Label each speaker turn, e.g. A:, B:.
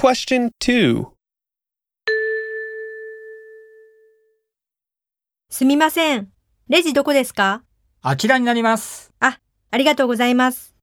A: Question 2.
B: すみません。レジどこですか
C: あちらになります。
B: ありがとうございます。